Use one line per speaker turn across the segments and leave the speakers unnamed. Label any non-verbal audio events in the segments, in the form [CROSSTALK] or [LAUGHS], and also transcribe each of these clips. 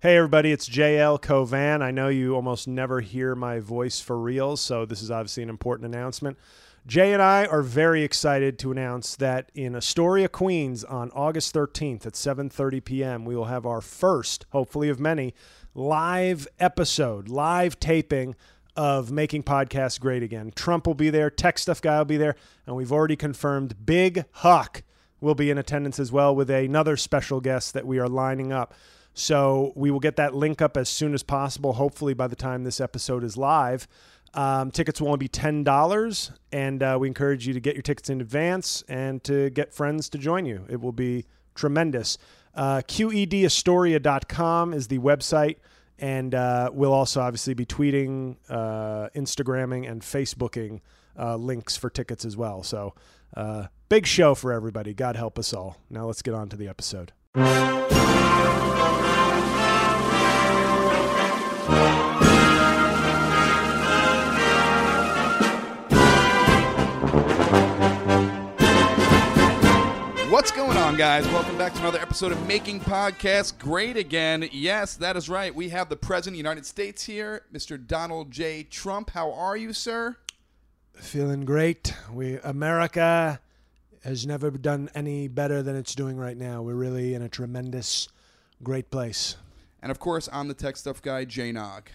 Hey, everybody, it's JL Covan. I know you almost never hear my voice for real, so this is obviously an important announcement. Jay and I are very excited to announce that in Astoria, Queens, on August 13th at 7:30 p.m., we will have our first, hopefully of many, live episode, live taping of Making Podcasts Great Again. Trump will be there, Tech Stuff Guy will be there, and we've already confirmed Big Huck will be in attendance as well with another special guest that we are lining up. So we will get that link up as soon as possible, hopefully by the time this episode is live. Um, tickets will only be $10, and uh, we encourage you to get your tickets in advance and to get friends to join you. It will be tremendous. Uh, QEDAstoria.com is the website, and uh, we'll also obviously be tweeting, uh, Instagramming, and Facebooking uh, links for tickets as well. So, uh, big show for everybody. God help us all. Now, let's get on to the episode.
What's going on, guys? Welcome back to another episode of Making Podcasts Great Again. Yes, that is right. We have the President of the United States here, Mr. Donald J. Trump. How are you, sir?
Feeling great. We America has never done any better than it's doing right now. We're really in a tremendous, great place.
And of course, I'm the tech stuff guy, Jay Nog.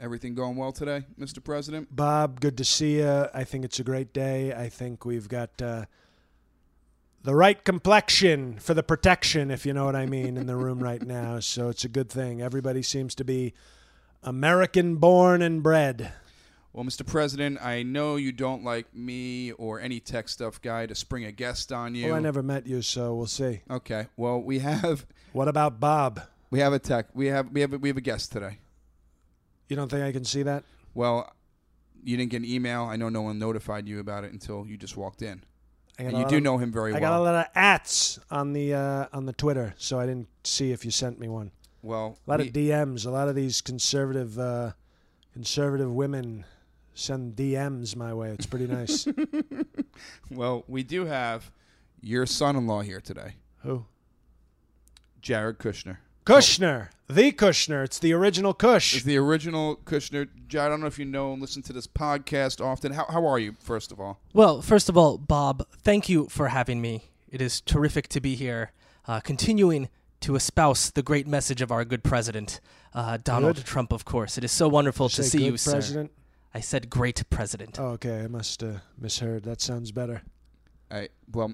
Everything going well today, Mr. President?
Bob, good to see you. I think it's a great day. I think we've got uh, the right complexion for the protection, if you know what I mean, in the room right now. So it's a good thing. Everybody seems to be American born and bred.
Well, Mr. President, I know you don't like me or any tech stuff guy to spring a guest on you.
Well, I never met you, so we'll see.
Okay. Well, we have
What about Bob?
we have a tech we have we have a, we have a guest today.
You don't think I can see that?
Well, you didn't get an email. I know no one notified you about it until you just walked in.
I got
And
a
you
lot
do
of-
know him very
I got a
well.
lot of ats on the uh, on the Twitter, so I didn't see if you sent me one.
well,
A lot
we-
of DMs. A lot of these conservative uh, conservative women send DMs my way. It's pretty
[LAUGHS]
nice.
Well, we do have your son-in-law here today,
Who?
Jared Kushner.
Kushner, the Kushner. It's the original Kush.
Is the original Kushner? Jared, I don't know if you know and listen to this podcast often. How, how are you, first of all?
Well, first of all, Bob, thank you for having me. It is terrific to be here, uh, continuing to espouse the great message of our good president, uh, Donald
Good?
Trump, of course. It is so wonderful to
Say
see
good
you,
president.
sir. I said great president.
Oh, okay, I must uh, misheard. That sounds better.
I well,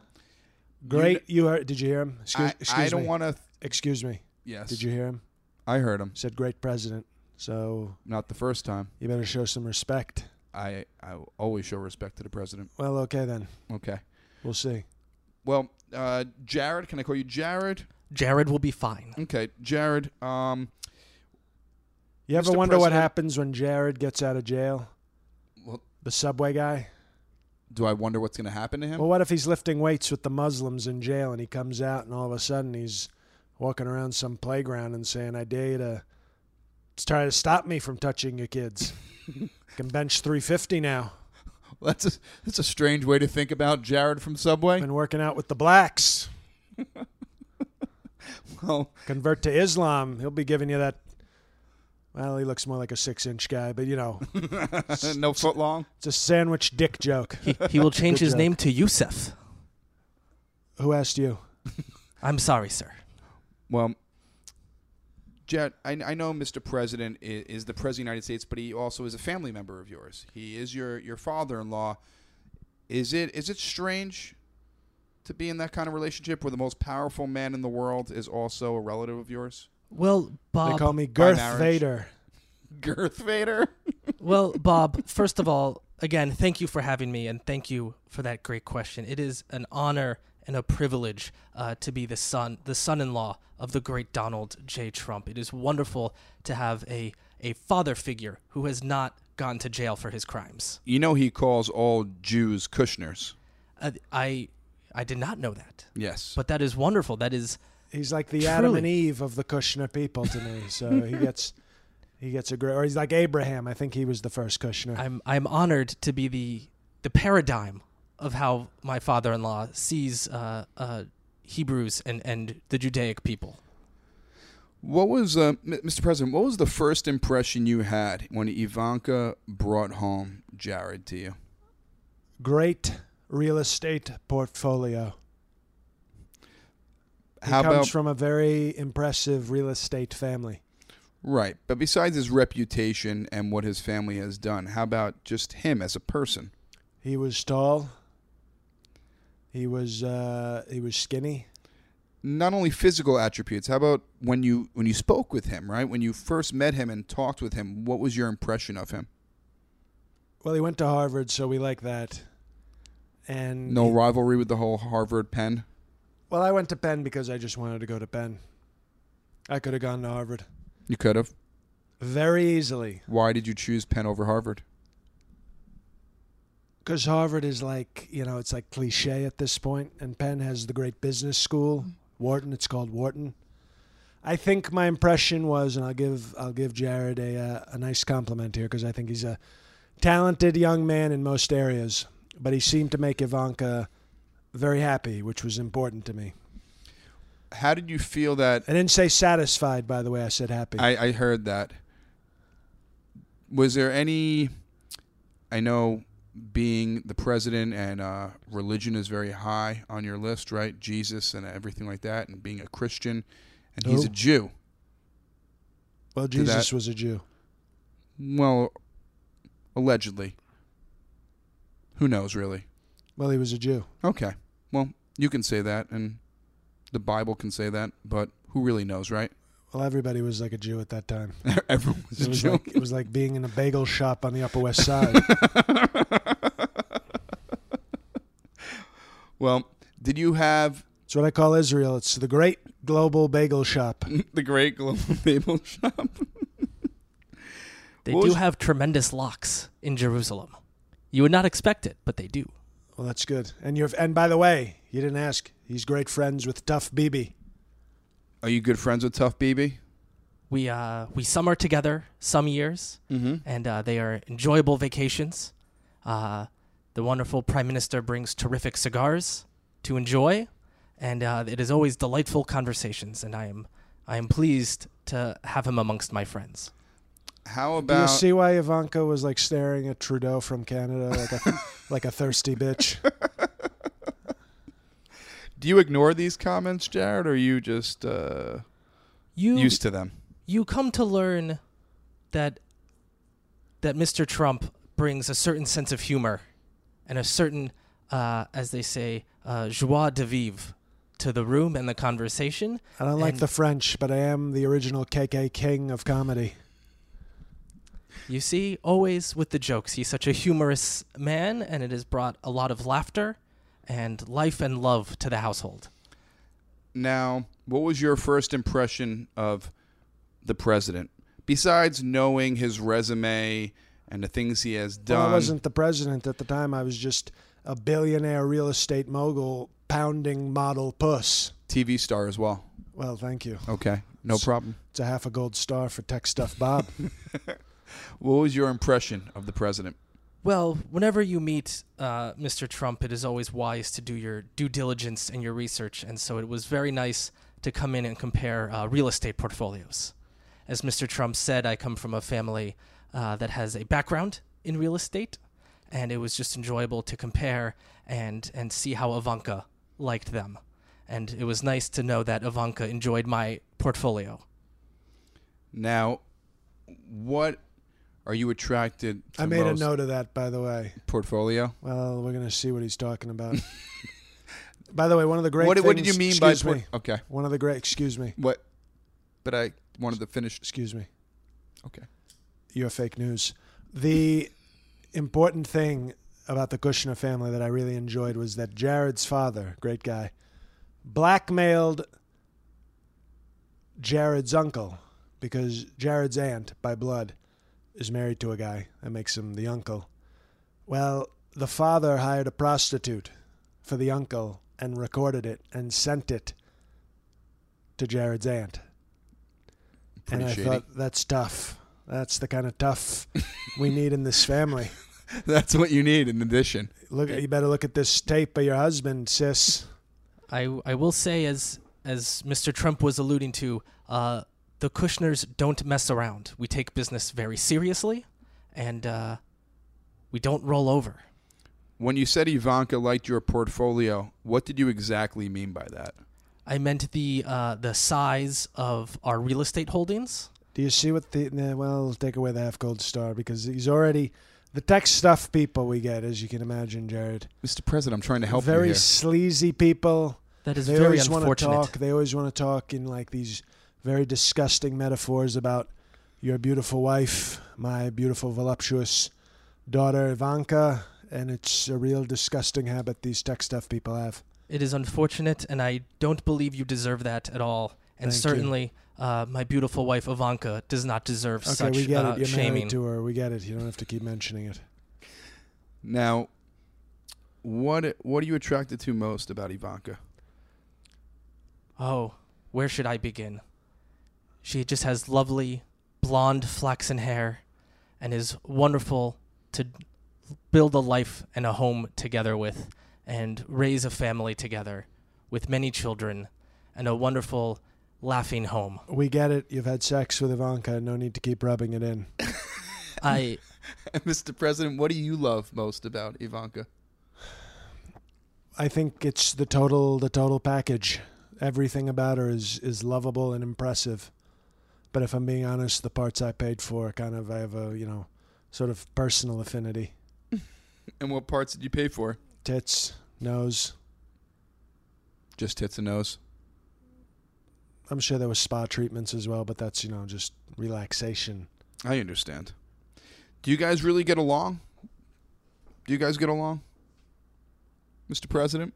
Great, you, heard? Did you hear him? Excuse,
I,
excuse
I don't
me.
want to.
excuse me.
Yes,
Did you hear him?
I heard him.
Said great president. So
Not the first time.
you better show some respect.
I I always show respect to the president.
Well, okay then.
Okay.
We'll see.
Well, uh, Jared, can I call you Jared?
Jared will be fine.
Okay, Jared. Um,
You ever
Mr.
wonder what
President-
happens when Jared gets out of jail?
well,
The subway guy?
do I wonder what's going to happen to him?
Well, what if he's lifting weights with the Muslims in jail and he comes out and all of a sudden he's walking around some playground and saying, I dare you to to try to stop me from touching your
[LAUGHS]
kids. I can bench 350 now.
[LAUGHS] that's a that's a strange way to think about Jared from Subway.
Been working out with the blacks.
[LAUGHS] Well,
Convert to Islam. He'll be giving you that. Well, he looks more like a six inch guy, but you
[LAUGHS]
know,
Uh, no foot long.
it's a sandwich dick joke.
He,
[LAUGHS]
he will change
Good
his
joke.
name to Youssef.
Who asked you?
I'm sorry, sir.
Well, Jet, I, I know Mr. President is, is the President of the United States, but he also is a family member of yours. He is your, your father in law. Is it is it strange to be in that kind of relationship where the most powerful man in the world is also a relative of yours?
Well,
They
Bob.
call me Girth
Uh, marriage.
Vader.
[LAUGHS] Girth Vader?
Well, Bob, first of all, again, thank you for having me and thank you for that great question. It is an honor and a privilege uh, to be the son, the son-in-law of the great Donald J. Trump. It is wonderful to have a a father figure who has not gone to jail for his crimes.
You know he calls all Jews Kushners.
Uh, I I did not know that,
Yes.
but that is wonderful. That is
He's like the Adam
Truly.
and Eve of the Kushner people to me. So
[LAUGHS]
he gets he gets a great, or he's like Abraham. I think he was the first Kushner.
I'm I'm honored to be the the paradigm of how my father-in-law sees uh, uh, Hebrews and and the Judaic people.
What was, uh, M- Mr. President, what was the first impression you had when Ivanka brought home Jared to you?
Great real estate portfolio. He
How
comes
about
from a very impressive real estate family.
right? But besides his reputation and what his family has done, how about just him as a person?
He was tall. He was uh, he was skinny.
Not only physical attributes. How about when you when you spoke with him, right? When you first met him and talked with him, what was your impression of him?
Well, he went to Harvard, so we like that. And
No rivalry with the whole Harvard Penn.
well, I went to Penn because I just wanted to go to Penn. I could have gone to Harvard
You could have.
very easily
Why did you choose Penn over Harvard?
because Harvard is like you know it's like cliche at this point, and Penn has the great business school, Wharton. It's called Wharton. I think my impression was, and I'll give I'll give Jared a uh, a nice compliment here because I think he's a talented young man in most areas, but he seemed to make Ivanka very happy, which was important to me.
How did you feel that
I didn't say satisfied, by the way. I said happy.
I, I heard that. Was there any? I know being the president and uh, religion is very high on your list, right? Jesus and everything like that, and being a Christian, and he's
Oh.
a Jew.
well,
to that-
Jesus was a Jew.
Well, allegedly. Who knows, really?
Well, he was a Jew.
Okay. Well, you can say that, and the Bible can say that, but who really knows, right? [LAUGHS]
Well, everybody was like a Jew at that time.
Everyone was
It
a
was
Jew.
like it was like being in a bagel shop on the Upper
[LAUGHS]
West Side.
[LAUGHS] well, did you have [LAUGHS]
It's what I call Israel. It's the great global bagel shop.
the great global [LAUGHS] bagel shop.
They
What
do
was-
have tremendous locks in Jerusalem. You would not expect it, but they do.
Well, that's good. And you're and by the way, you didn't ask. He's great friends with Tough Bibi.
Are you good friends with Tough BB?
We uh, we summer together some years,
Mm-hmm.
Mhm.
and uh, they are enjoyable vacations. Uh, the wonderful prime minister brings terrific cigars to enjoy, and uh, it is always delightful conversations. And I am I am pleased to have him amongst my friends.
How
Do you
about
see why Ivanka was like staring at Trudeau from Canada like a [LAUGHS] like a thirsty bitch?
do you ignore these comments, Jared, or are you just uh,
You
used to them?
you come to learn that that Mr. Trump brings a certain sense of humor and a certain, uh, as they say, uh, joie de vivre to the room and the conversation.
I don't like
And-
the French, but I am the original KK king of comedy.
You see, always with the jokes, he's such a humorous man, and it has brought a lot of laughter and life and love to the household.
Now, what was your first impression of the president? Besides knowing his resume and the things he has done,
Well, I wasn't the president at the time. I was just a billionaire real estate mogul pounding model puss.
TV star as well.
Well, thank you.
Okay, no problem.
It's a half a gold star for Tech Stuff
[LAUGHS]
Bob.
What was your impression of the president?
Well, whenever you meet uh, Mr. Trump, it is always wise to do your due diligence and your research, and so it was very nice to come in and compare uh, real estate portfolios. As Mr. Trump said, I come from a family uh, that has a background in real estate, and it was just enjoyable to compare and and see how Ivanka liked them, and it was nice to know that Ivanka enjoyed my portfolio.
Now, what are you attracted to
I made a
most
note of that, by the way.
portfolio?
Well, we're gonna see what he's talking about. [LAUGHS] by the way, one of the great.
What,
things,
what did you mean by
excuse
por-
me?
okay?
One of the great. Excuse me.
What? But I wanted to finish.
Excuse me.
Okay. [LAUGHS]
You're fake news. The important thing about the Kushner family that I really enjoyed was that Jared's father, great guy, blackmailed Jared's uncle because Jared's aunt by blood is married to a guy that makes him the uncle. Well, the father hired a prostitute for the uncle and recorded it and sent it to Jared's aunt.
Pretty
and I
shady.
thought that's tough. That's the kind of tough we need in this family.
That's what you need in addition.
Look, you better look at this tape of your husband, sis.
I I will say as as Mr. Trump was alluding to, uh, the Kushners don't mess around. We take business very seriously, and uh, we don't roll over.
When you said Ivanka liked your portfolio, what did you exactly mean by that?
I meant the uh, the size of our real estate holdings.
Do you see what the nah, well? Take away the half gold star because he's already the tech stuff people we get, as you can imagine, Jared.
Mr. President, I'm trying to help
very
you here.
sleazy people.
That is
they
very
always want to
unfortunate.
talk. They always want to talk in like these very disgusting metaphors about your beautiful wife, my beautiful voluptuous daughter Ivanka, and it's a real disgusting habit these tech stuff people have.
It is unfortunate, and I don't believe you deserve that at all. And
Thank you.
certainly, uh, my beautiful wife Ivanka does not deserve
Okay,
such
we get
uh,
it. You're
shaming.
married to her. We get it. You don't have to keep mentioning it.
Now, what what are you attracted to most about Ivanka? [LAUGHS]
Oh, where should I begin? She just has lovely blonde flaxen hair and is wonderful to build a life and a home together with and raise a family together with many children and a wonderful laughing home.
We get it. You've had sex with Ivanka. No need to keep rubbing it in.
I
Mr. President, what do you love most about Ivanka?
I think it's the total the total package. Everything about her is is lovable and impressive. But if I'm being honest, the parts I paid for kind of I have a, you know, sort of personal affinity.
And what parts did you pay for?
Tits, nose.
Just tits and nose.
I'm sure there was spa treatments as well, but that's, you know, just relaxation.
I understand. Do you guys really get along? Do you guys get along? Mr. President?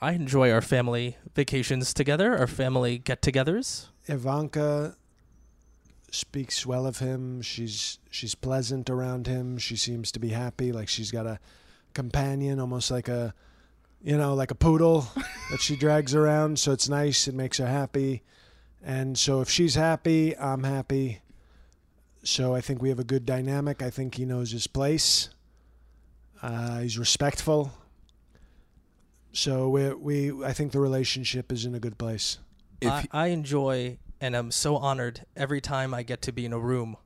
I enjoy our family vacations together, our family get-togethers.
Ivanka speaks well of him. She's she's pleasant around him. She seems to be happy, like she's got a companion, almost like a you know, like a poodle that she drags around. So it's nice. It makes her happy. And so if she's happy, I'm happy. So I think we have a good dynamic. I think he knows his place. Uh, he's respectful. So we we I think the relationship is in a good place.
If
I,
he-
I enjoy and am so honored every time I get to be in a room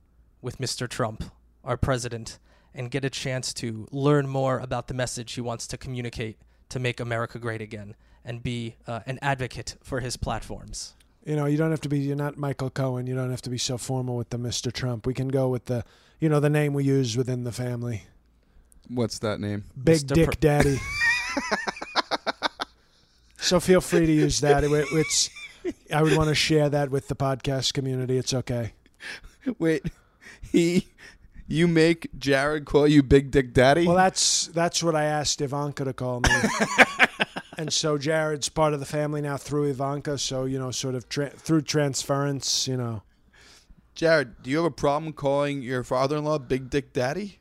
with Mr. Trump, our president, and get a chance to learn more about the message he wants to communicate to make America great again and be uh, an advocate for his platforms.
You know, you don't have to be. You're not Michael Cohen. You don't have to be so formal with the Mr. Trump. We can go with the, you know, the name we use within the family,
What's that
[LAUGHS]
name?
Big
Mr.
Dick
Pr-
Daddy. so feel free to use that. It- it's, I would want to share that with the podcast community. It's okay.
Wait, [LAUGHS] he. You make Jared call you Big Dick Daddy?
Well, that's that's what I asked Ivanka to call me. and so Jared's part of the family now through Ivanka. So you know, sort of tra- through transference, you know.
Jared, do you have a problem calling your father in law Big Dick Daddy?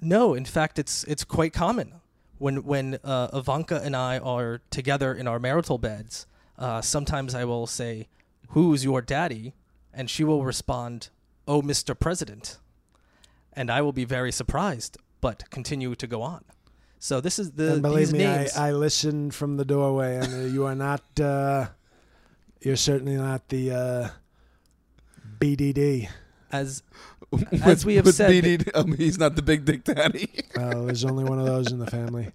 No, in fact, it's it's quite common when when uh, Ivanka and I are together in our marital beds. Uh, sometimes I will say, "Who's your daddy?" and she will respond, "Oh, Mr. President," and I will be very surprised, but continue to go on. So this is the
and believe
these
me,
names.
I, I listen from the doorway, and uh, you are not. Uh, you're certainly not the uh, BDD.
as as we have
[LAUGHS] With
said,
BD um, he's not the Big Dick Daddy.
Well, Uh, there's only one of those in the family.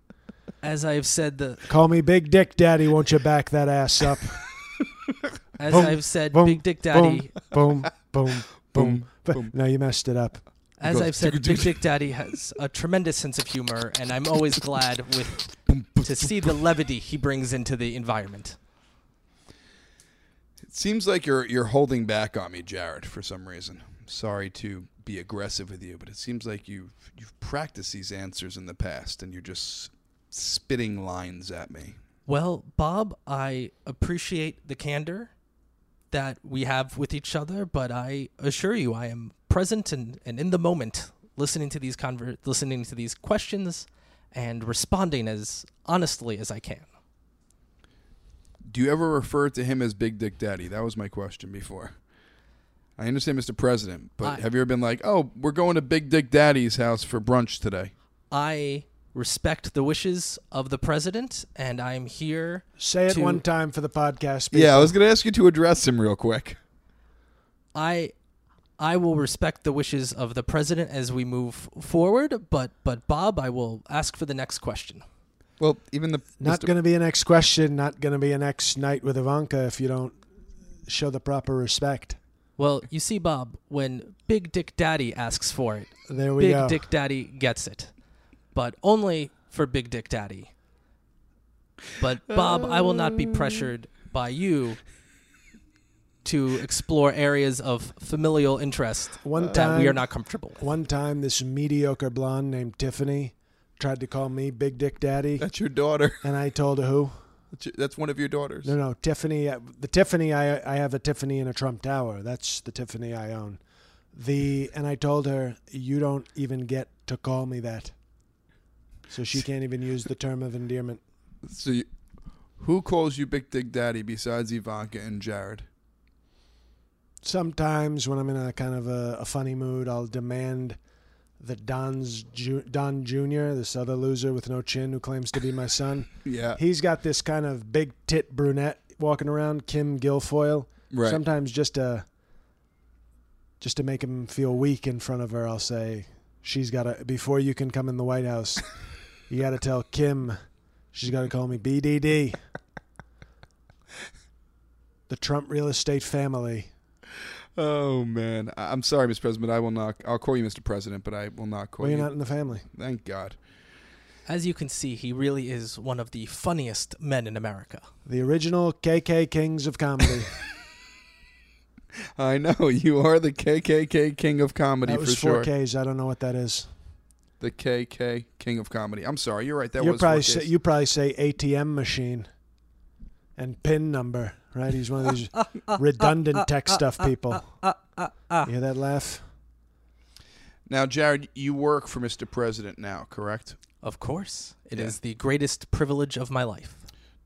as I have said, the
Call me Big Dick Daddy. Won't you back that ass up?
as
Boom,
I've said,
boom,
Big Dick Daddy
Boom, boom, boom.
Boom,
But
boom.
no, you messed it up.
As
goes,
I've said,
"Jigga
Big
jigga."
Dick Daddy has a tremendous sense of humor, and I'm always glad with to see the levity he brings into the environment.
It seems like you're you're holding back on me, Jared, for some reason. Sorry to be aggressive with you, but it seems like you've you've practiced these answers in the past, and you're just spitting lines at me.
Well, Bob, I appreciate the candor that we have with each other, but I assure you, I am present and, and in the moment, listening to these conver- listening to these questions, and responding as honestly as I can.
Do you ever refer to him as Big Dick Daddy? That was my question before. I understand, Mr. President, but
I-
have you ever been like, "Oh, we're going to Big Dick Daddy's house for brunch today"?
I respect the wishes of the president, and I am here
Say it
to-
one time for the podcast. people.
Yeah, I was going to ask you to address him real quick.
I I will respect the wishes of the president as we move forward, but but Bob, I will ask for the next question.
Well, even the
Not
Mr.
going to be an ex question. Not going to be an ex night with Ivanka if you don't show the proper respect.
Well, you see, Bob, when Big Dick Daddy asks for it,
There we
Big
go.
Dick Daddy gets it, but only for Big Dick Daddy. But Bob, I will not be pressured by you to explore areas of familial interest
One
that we are
time-
not comfortable with.
One time, this mediocre blonde named Tiffany tried to call me Big Dick
[LAUGHS]
Daddy,
That's your daughter.
and I told her who?
That's your- That's one of your daughters.
No, no, Tiffany. uh, The Tiffany I I have a Tiffany in a Trump Tower. That's the Tiffany I own. The and I told her you don't even get to call me that, so she can't even use the term of endearment.
So, you, who calls you Big Dick Daddy besides Ivanka and Jared?
Sometimes when I'm in a kind of a, a funny mood, I'll demand that Don's Ju- Don Jr., this other loser with no chin who claims to be my son.
Yeah,
He's got this kind of big tit brunette walking around, Kim Guilfoyle.
right.
Sometimes just to just to make him feel weak in front of her, I'll say, "She's got to." Before you can come in the White House, you got to tell Kim she's got to call me BDD, the Trump real estate family.
oh man, I- I'm sorry, Mr. President. I will not. I'll call you Mr. President, but I will not call
Well,
you.
you're not in the family.
Thank God.
As you can see, he really is one of the funniest men in America.
The original KK kings of
[LAUGHS]
comedy.
I know [LAUGHS] you are the KKK king of comedy
that was
for sure.
four Ks. I don't know what that is.
The KK king of comedy. I'm sorry, you're right. That
you
was
probably
4Ks.
say, you probably say ATM machine and pin number, right? He's one of these redundant tech stuff people. You hear that laugh?
now, Jared, you work for Mr. President now, correct?
Of course, it is
Yeah.
the greatest privilege of my life.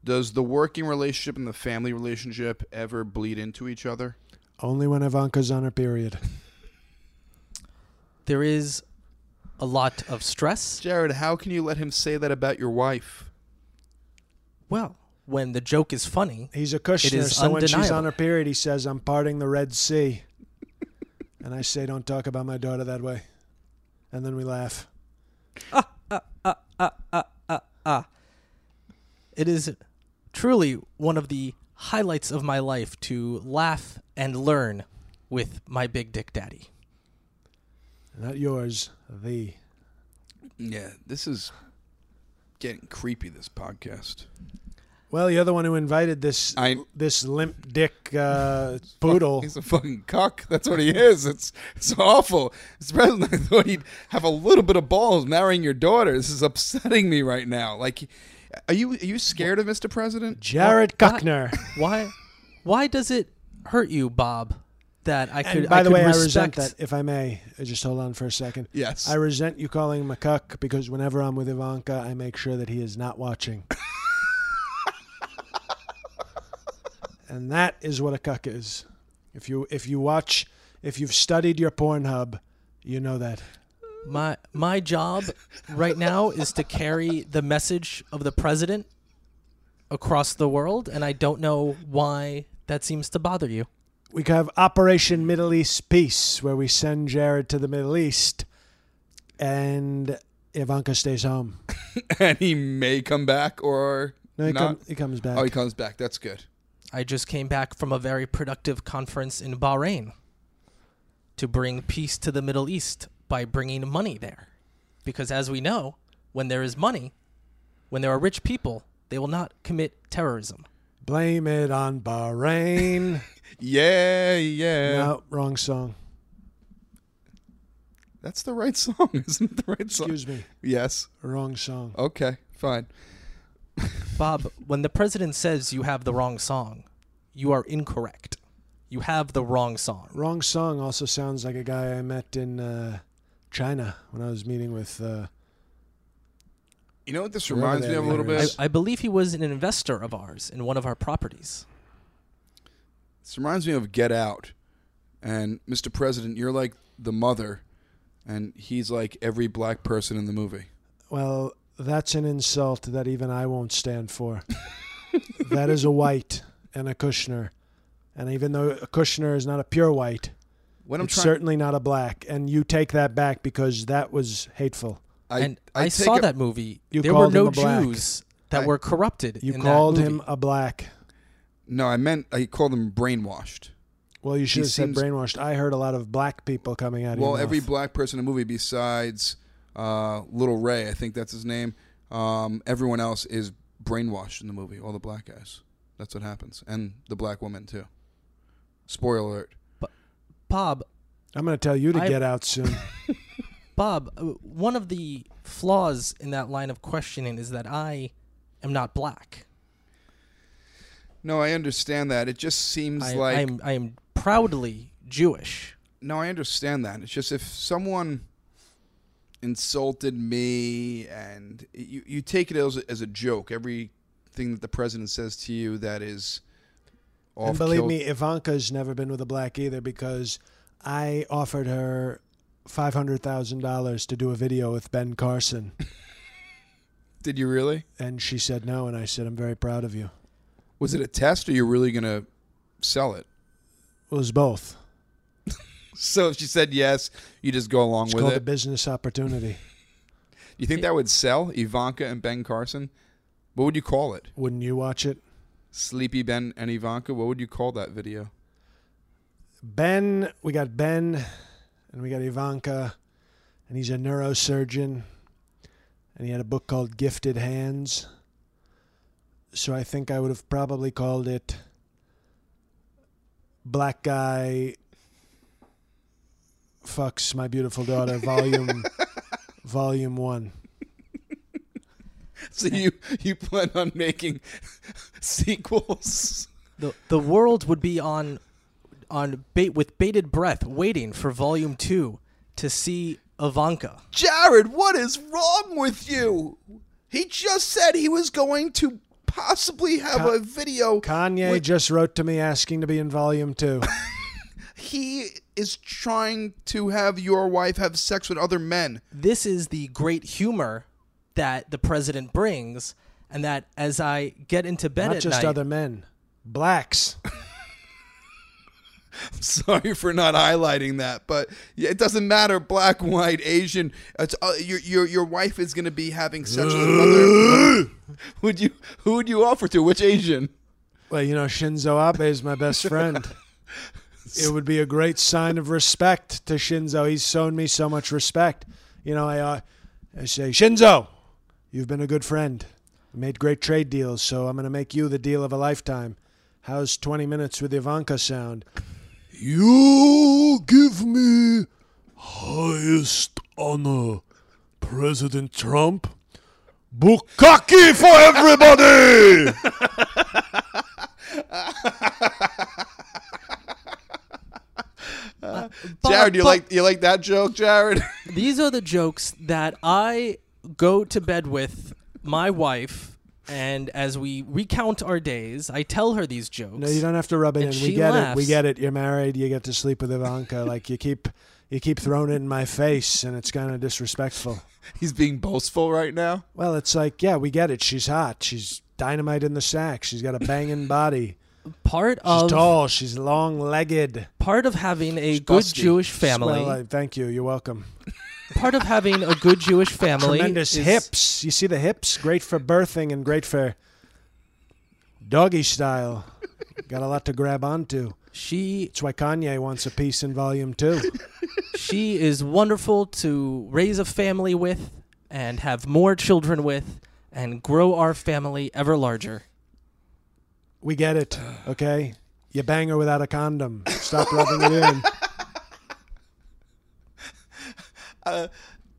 Does the working relationship and the family relationship ever bleed into each other?
Only when Ivanka's on her period.
There is a lot of stress.
Jared, how can you let him say that about your wife?
Well, when the joke is funny,
He's a Kushner,
is
so when she's
undeniable.
on her period, he says, "I'm parting the Red Sea," and I say, "Don't talk about my daughter that way," and then we laugh.
it is truly one of the highlights of my life to laugh and learn with my big dick daddy.
Not yours, the.
Yeah, this is getting creepy. This podcast.
Well, you're the one who invited this
I-
this limp dick uh,
[LAUGHS]
poodle.
He's a fucking cuck. That's what he is. It's it's awful. It's president. I thought he'd have a little bit of balls marrying your daughter. This is upsetting me right now. Like, are you are you scared of Mr. President?
Jared
Well, that-
Kuckner.
[LAUGHS] Why why does it hurt you, Bob, that I could
And by
I
the
could
way, I resent
respect
that, if I may. Uh, Just hold on for a second.
Yes.
I resent you calling him a cuck because whenever I'm with Ivanka, I make sure that he is not
[LAUGHS]
watching. and that is what a cuck is. If you if you watch if you've studied your Pornhub, you know that.
my my job right now is to carry the message of the president across the world and I don't know why that seems to bother you.
We could have Operation Middle East Peace, where we send Jared to the Middle East, and Ivanka stays home.
[LAUGHS] and he may come back or
No, he,
not.
come, he comes back.
oh, he comes back. That's good.
I just came back from a very productive conference in Bahrain to bring peace to the Middle East by bringing money there. Because as we know, when there is money, when there are rich people, they will not commit terrorism.
Blame it on Bahrain.
[LAUGHS] Yeah, yeah.
No, wrong song.
That's the right [LAUGHS] song, isn't it? The right song.
Excuse me,
Yes.
wrong song.
Okay. Fine.
Bob, when the president says you have the wrong song, you are incorrect. You have the wrong song.
Wrong song also sounds like a guy I met in uh, China when I was meeting with. Uh,
You know what this
Whatever
reminds
that
me of a little
letter
bit?
I,
is.
I believe he was an investor of ours in one of our properties.
This reminds me of Get Out. And Mr. President, you're like the mother, and he's like every black person in the movie.
well, that's an insult that even I won't stand
[LAUGHS]
for. that is a white and a Kushner, and even though a Kushner is not a pure white,
What I'm
it's
trying,
certainly not a black, and you take that back because that was hateful.
I,
and
I
I,
take
saw
a-
that movie.
You
there were
called him
no
a black.
Jews that
I-
were corrupted.
You
in that
called
movie.
him a black.
No, I meant I called them brainwashed.
Well, you should have said
seems-
brainwashed. I heard a lot of black people coming out. of
Well,
your
every
mouth.
black person in the movie besides uh, Little Ray, I think that's his name. Um, everyone else is brainwashed in the movie. All the black guys. That's what happens, and the black woman too. Spoiler alert.
Bob,
I'm going to tell you to
I-
get out soon.
Bob, uh, one of the flaws in that line of questioning is that I am not black.
No, I understand that. It just seems
I,
like
I am I am proudly Jewish.
No, I understand that. It's just if someone insulted me and you, you take it as a, as a joke, everything that the president says to you that is off
and believe
kilt-
me, Ivanka's never been with a black either because I offered her five hundred thousand dollars to do a video with Ben Carson,
Did you really?
and she said no. And I said, I'm very proud of you.
Was it a test or you're really going to sell it? [LAUGHS]
It was both.
So if she said yes, you just go along
It's
with
called a
it.
business opportunity.
you think that would sell Ivanka and Ben Carson? What would you call it?
Wouldn't you watch it?
Sleepy Ben and Ivanka? What would you call that video? [LAUGHS]
Ben, we got Ben, and we got Ivanka, and he's a neurosurgeon, and he had a book called Gifted Hands. So I think I would have probably called it Black Guy Fucks My Beautiful Daughter,
[LAUGHS]
Volume Volume One.
So you you plan on making [LAUGHS] sequels? [LAUGHS]
the The world would be on on bait with bated breath, waiting for Volume Two to see Ivanka.
Jared, what is wrong with you? He just said he was going to possibly have a video.
Kanye
with-
just wrote to me asking to be in Volume Two.
he is trying to have your wife have sex with other men. [LAUGHS]
This is the great humor that the president brings, and that as I get into bed
Not
at
just
night,
other men, blacks.
Sorry for not highlighting that, but yeah, it doesn't matter. Black, white, Asian. It's, uh, your your your wife is going to be having sex with another. would you who would you offer to? Which Asian?
Well, you know, Shinzo Abe is my best
[LAUGHS]
friend. it would be a great sign of respect to Shinzo. He's shown me so much respect. You know, I, uh, I say, Shinzo, you've been a good friend. We made great trade deals, so I'm going to make you the deal of a lifetime. How's 20 minutes with Ivanka sound? You give me highest honor, President Trump. Bukaki for everybody!
Bob,
Jared, you
Bob,
like you like that joke, Jared? [LAUGHS]
These are the jokes that I go to bed with my wife, and as we recount our days, I tell her these jokes.
No, you don't have to rub it
And
in. We
she
get it. We
laughs.
get it. You're married. You get to sleep with Ivanka. like you keep you keep throwing it in my face, and it's kind of disrespectful.
He's being boastful right now.
Well, it's like yeah, we get it. She's hot. She's dynamite in the sack. She's got a banging
[LAUGHS]
body.
Part
She's
of
tall. She's long legged.
part of having a
She's
good
busty.
Jewish family,
Well, I- thank you. You're welcome.
part of having a
[LAUGHS]
good Jewish family,
Tremendous
is-
hips. You see the hips? Great for birthing and great for doggy style. Got a lot to grab onto.
She
That's why Kanye wants a piece in volume two.
she is wonderful to raise a family with, and have more children with, and grow our family ever larger.
We get it. Okay. You bang her without a condom. Stop rubbing it in.
Uh,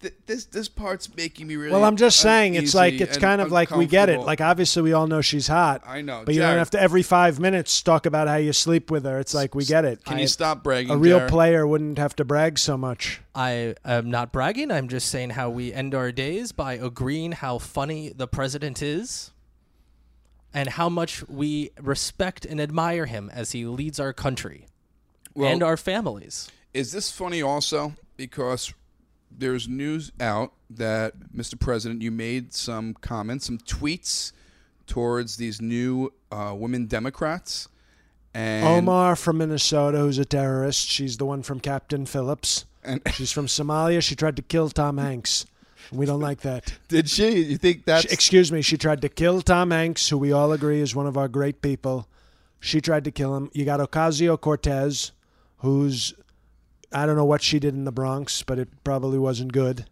th- this this part's making me really.
Well, I'm just saying, it's
uneasy
like it's
and
kind of like we get it.
uncomfortable.
Like obviously we all know she's hot,
I know,
but you don't
Jared,
have to every five minutes talk about how you sleep with her. It's like we get it.
Can
I-
you stop bragging?
a real
Jared?
player wouldn't have to brag so much.
I am not bragging. I'm just saying how we end our days by agreeing how funny the president is and how much we respect and admire him as he leads our country
Well,
and our families.
is this funny also because there's news out that Mr. President, you made some comments, some tweets towards these new uh, women Democrats, And
Omar from Minnesota, who's a terrorist. She's the one from Captain Phillips.
And-
She's from Somalia. She tried to kill Tom Hanks. We don't like that.
did she? You think that's
She- excuse me. She tried to kill Tom Hanks, who we all agree is one of our great people. She tried to kill him. You got Ocasio Cortez, who's I don't know what she did in the Bronx, but it probably wasn't good.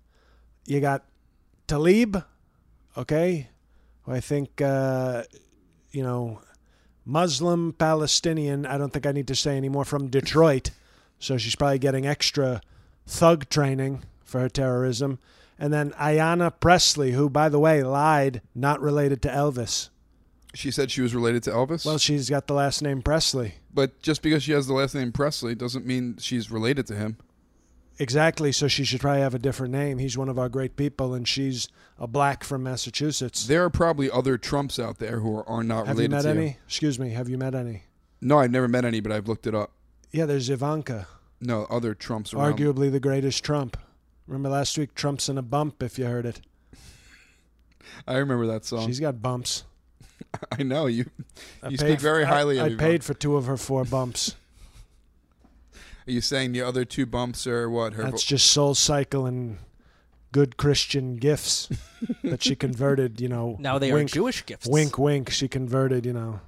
You got Talib, okay, who I think uh, you know Muslim Palestinian. I don't think I need to say anymore from Detroit, so she's probably getting extra thug training for her terrorism. And then Ayanna Presley, who, by the way, lied, not related to Elvis.
she said she was related to Elvis?
Well, she's got the last name Presley.
but just because she has the last name Presley doesn't mean she's related to him.
Exactly, so she should probably have a different name. He's one of our great people, and she's a black from Massachusetts.
There are probably other Trumps out there who are, are not
have you
related
met
to
any?
you.
Excuse me, have you met any?
No, I've never met any, but I've looked it up.
Yeah, there's Ivanka,
No, other Trumps around.
arguably the greatest Trump. Remember last week, Trump's in a bump, if you heard it.
I remember that song.
She's got bumps.
[LAUGHS] I know you.
I
You
paid
speak very
for- I,
highly of
I
Ivanka.
paid for two of her four bumps.
Are you saying the other two bumps are what? [LAUGHS] Her
That's just soul cycle and good Christian gifts that she converted, you know.
Now they
wink,
are Jewish gifts.
Wink, wink. She converted, you know.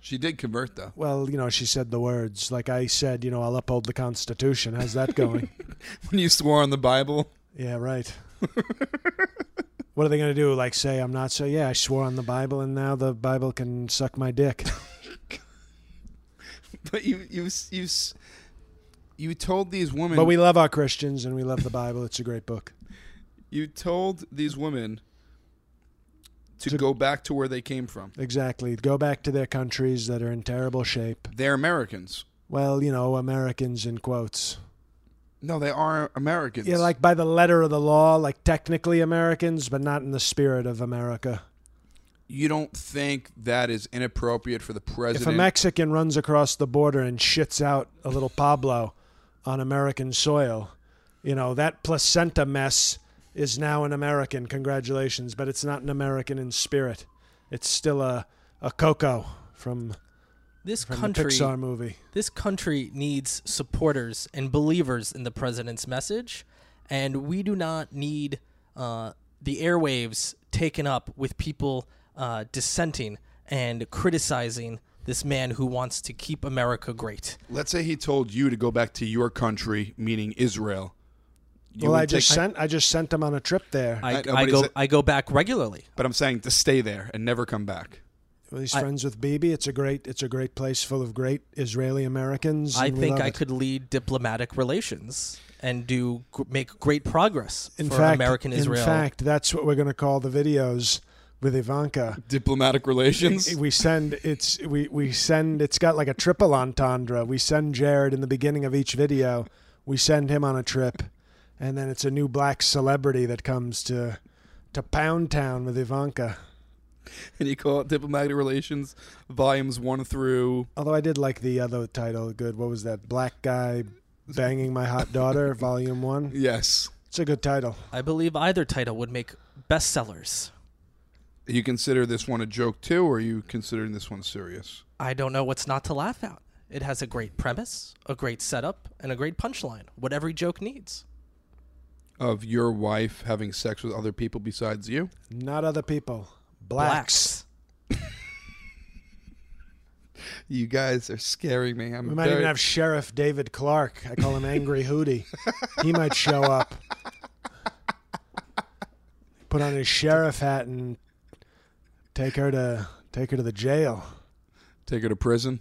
she did convert though. [LAUGHS]
Well, you know, she said the words. Like I said, you know, I'll uphold the Constitution. How's that
[LAUGHS]
going?
When you swore on the Bible, [LAUGHS]
yeah, right. what are they going to do? Like say, I'm not so. Yeah, I swore on the Bible and now the Bible can suck my
[LAUGHS]
dick.
but you you s- you s- you told these women.
but we love our Christians and we love the Bible. It's a great book.
you told these women to go back to where they came from.
Exactly. Go back to their countries that are in terrible shape.
They're Americans.
Well, you know, Americans in quotes.
No, they are Americans.
Yeah, like by the letter of the law, like technically Americans, but not in the spirit of America.
you don't think that is inappropriate for the
If
president?
a Mexican runs across the border and shits out a little
[LAUGHS]
Pablo on American soil, you know, that placenta mess is now an American. Congratulations. But it's not an American in spirit. It's still a, a Coco from,
This
from the
country
Pixar movie.
this country needs supporters and believers in the president's message, and we do not need uh, the airwaves taken up with people uh, dissenting and criticizing this man who wants to keep America great.
Let's say he told you to go back to your country, meaning Israel. You
well,
would
I just
take-
sent I just sent him on a trip there.
I,
I know,
I
but is
go
it-
I go back regularly.
but I'm saying to stay there and never come back.
Well, he's
I-
friends with Bibi. It's a great it's a great place full of great Israeli Americans.
I
and we
think
love
I
it.
could lead diplomatic relations and do gr- make great progress
in
for
fact,
American Israel.
In fact, that's what we're going to call the videos with Ivanka. [LAUGHS]
Diplomatic relations.
We send it's we we send it's got like a triple entendre. We send Jared in the beginning of each video. We send him on a trip, and then it's a new black celebrity that comes to to Pound Town with Ivanka.
and you call it diplomatic relations volumes one through
Although I did like the other title. Good, what was that? Black guy banging my hot daughter, Volume One.
yes
It's a good title.
I believe either title would make bestsellers.
you consider this one a joke too or are you considering this one serious
I don't know what's not to laugh at. It has a great premise, a great setup, and a great punchline. What every joke needs.
of your wife having sex with other people besides you
Not other people. Blacks.
Blacks.
you guys are scaring me i'm
We might even have Sheriff David Clark. I call him Angry Hootie. He might show up. Put on his sheriff hat and take her to take her to the jail.
take her to prison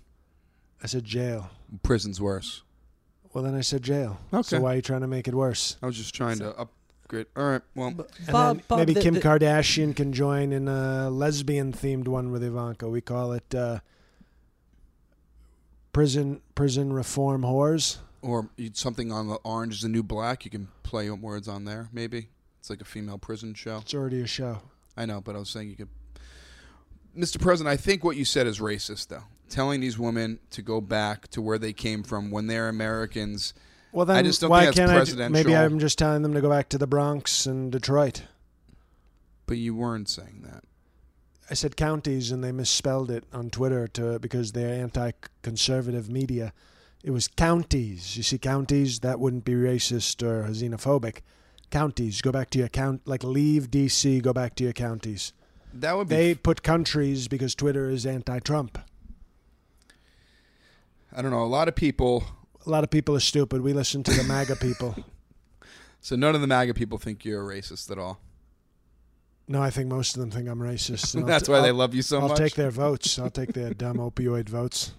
I said jail.
prison's worse
Well, then I said jail.
Okay.
So why are you trying to make it worse?
i was just trying to upgrade all right well
And then maybe Kim Kardashian can join in a lesbian-themed one with Ivanka. We call it uh, prison prison reform whores.
or you- something on the orange is the new black you can play on words on there maybe it's like a female prison show
It's already a show.
I know, but I was saying you could. Mr. President, I think what you said is racist, though. Telling these women to go back to where they came from when they're Americans.
Well, then
I just don't
why
think that's
can't I?
presidential.
Maybe I'm just telling them to go back to the Bronx and Detroit.
But you weren't saying that.
I said counties and they misspelled it on Twitter to because they're anti-conservative media. It was counties. You see, counties that wouldn't be racist or xenophobic. Counties, go back to your count. Like leave DC, go back to your counties.
That would be.
They put countries because Twitter is anti-Trump.
I don't know. A lot of people.
A lot of people are stupid. We listen to the MAGA people.
So none of the MAGA people think you're a racist at all.
No, I think most of them think I'm
[LAUGHS]
racist. and I'll
That's
t-
why
I'll-
they love you so
I'll
much.
take their votes. I'll take their dumb opioid votes.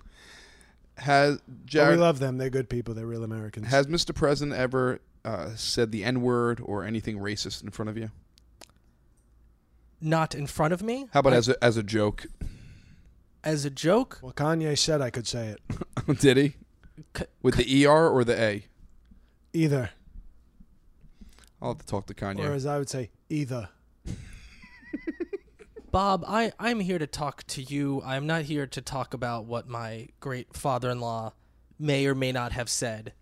Has
But we
Jared,
love them. They're good people. They're real Americans.
has Mr. President ever uh, said the N word or anything racist in front of you?
Not in front of me.
How about
I-
as a, as a joke?
as a joke?
well, Kanye said I could say it.
[LAUGHS] Did he
C-
with the ER or the A?
Either.
I'll have to talk to
Or
Kanye.
as I would say, either.
Bob, I, I'm here to talk to you. I'm not here to talk about what my great father in law may or may not have said,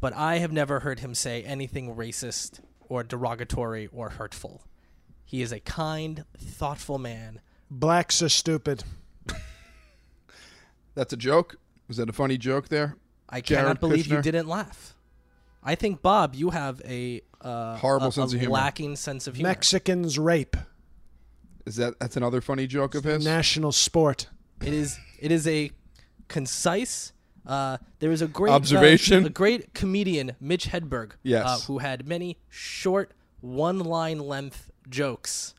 but I have never heard him say anything racist or derogatory or hurtful. He is a kind, thoughtful man.
Blacks are stupid.
That's a joke. Was that a funny joke there?
I
Jared
cannot believe you
Kushner.
didn't laugh. I think, Bob, you have a uh,
Horrible
a-
sense
a
of humor.
lacking sense of humor.
Mexicans rape.
Is that that's another funny joke of his?
National sport.
It is it is a concise. Uh, there is a great uh,
Observation.
a great comedian, Mitch Hedberg,
Yes.
uh, who had many short, one-line length jokes,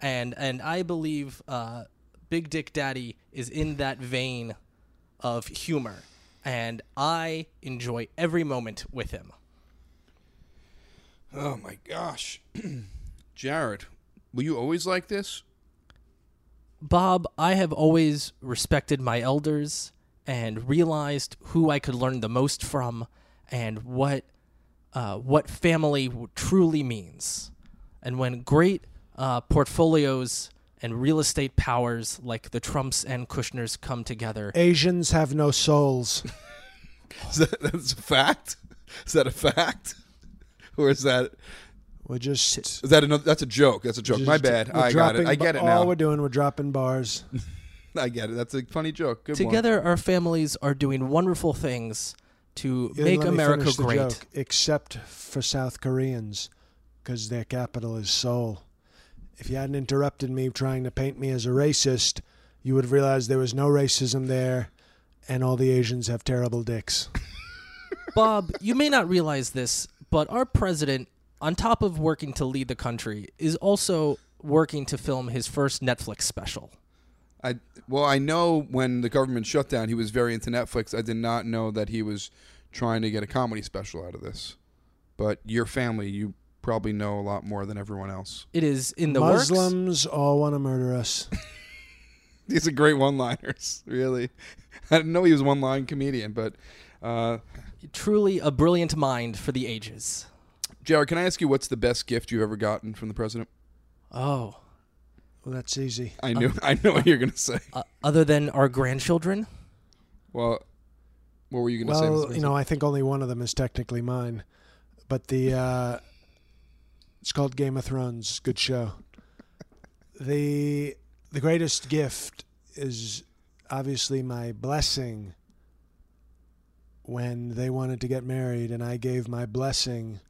and and I believe uh, Big Dick Daddy is in that vein of humor, and I enjoy every moment with him.
Oh my gosh, [CLEARS THROAT] Jared, were you always like this? [LAUGHS]
Bob, I have always respected my elders and realized who I could learn the most from and what uh, what family w- truly means. And when great uh, portfolios and real estate powers like the Trumps and Kushners come together,
Asians have no souls.
Is that, that's a fact. Is that a fact, [LAUGHS] or is that
We're just.
is that another? That's a joke. That's a joke. My
just-
bad.
we're
I got it.
dropping
I get
ba-
it now.
All we're doing, we're dropping bars.
I get it. That's a funny joke. Good one.
together our families are doing wonderful things to
You didn't
make
let me
America
finish the
great.
joke, except for South Koreans, because their capital is Seoul. If you hadn't interrupted me trying to paint me as a racist, you would have realized there was no racism there, and all the Asians have terrible dicks.
Bob, you may not realize this, but our president, on top of working to lead the country, is also working to film his first Netflix special.
I well, I know when the government shut down, he was very into Netflix. I did not know that he was trying to get a comedy special out of this. But your family, you probably know a lot more than everyone else. [LAUGHS]
It is in the works.
Muslims all want to murder us.
These are great one-liners, [LAUGHS] really. I didn't know he was a one-line comedian, but uh,
Truly a brilliant mind for the ages.
Jared, can I ask you what's the best gift you've ever gotten from the president?
Oh,
Well, that's easy.
I knew, [LAUGHS] I know what you're gonna say.
uh, other than our grandchildren?
Well, what were you gonna say?
Well,
Mr.
you know, I think only one of them is technically mine, but the uh, it's called Game of Thrones. Good show. the The greatest gift is obviously my blessing. When they wanted to get married, and I gave my blessing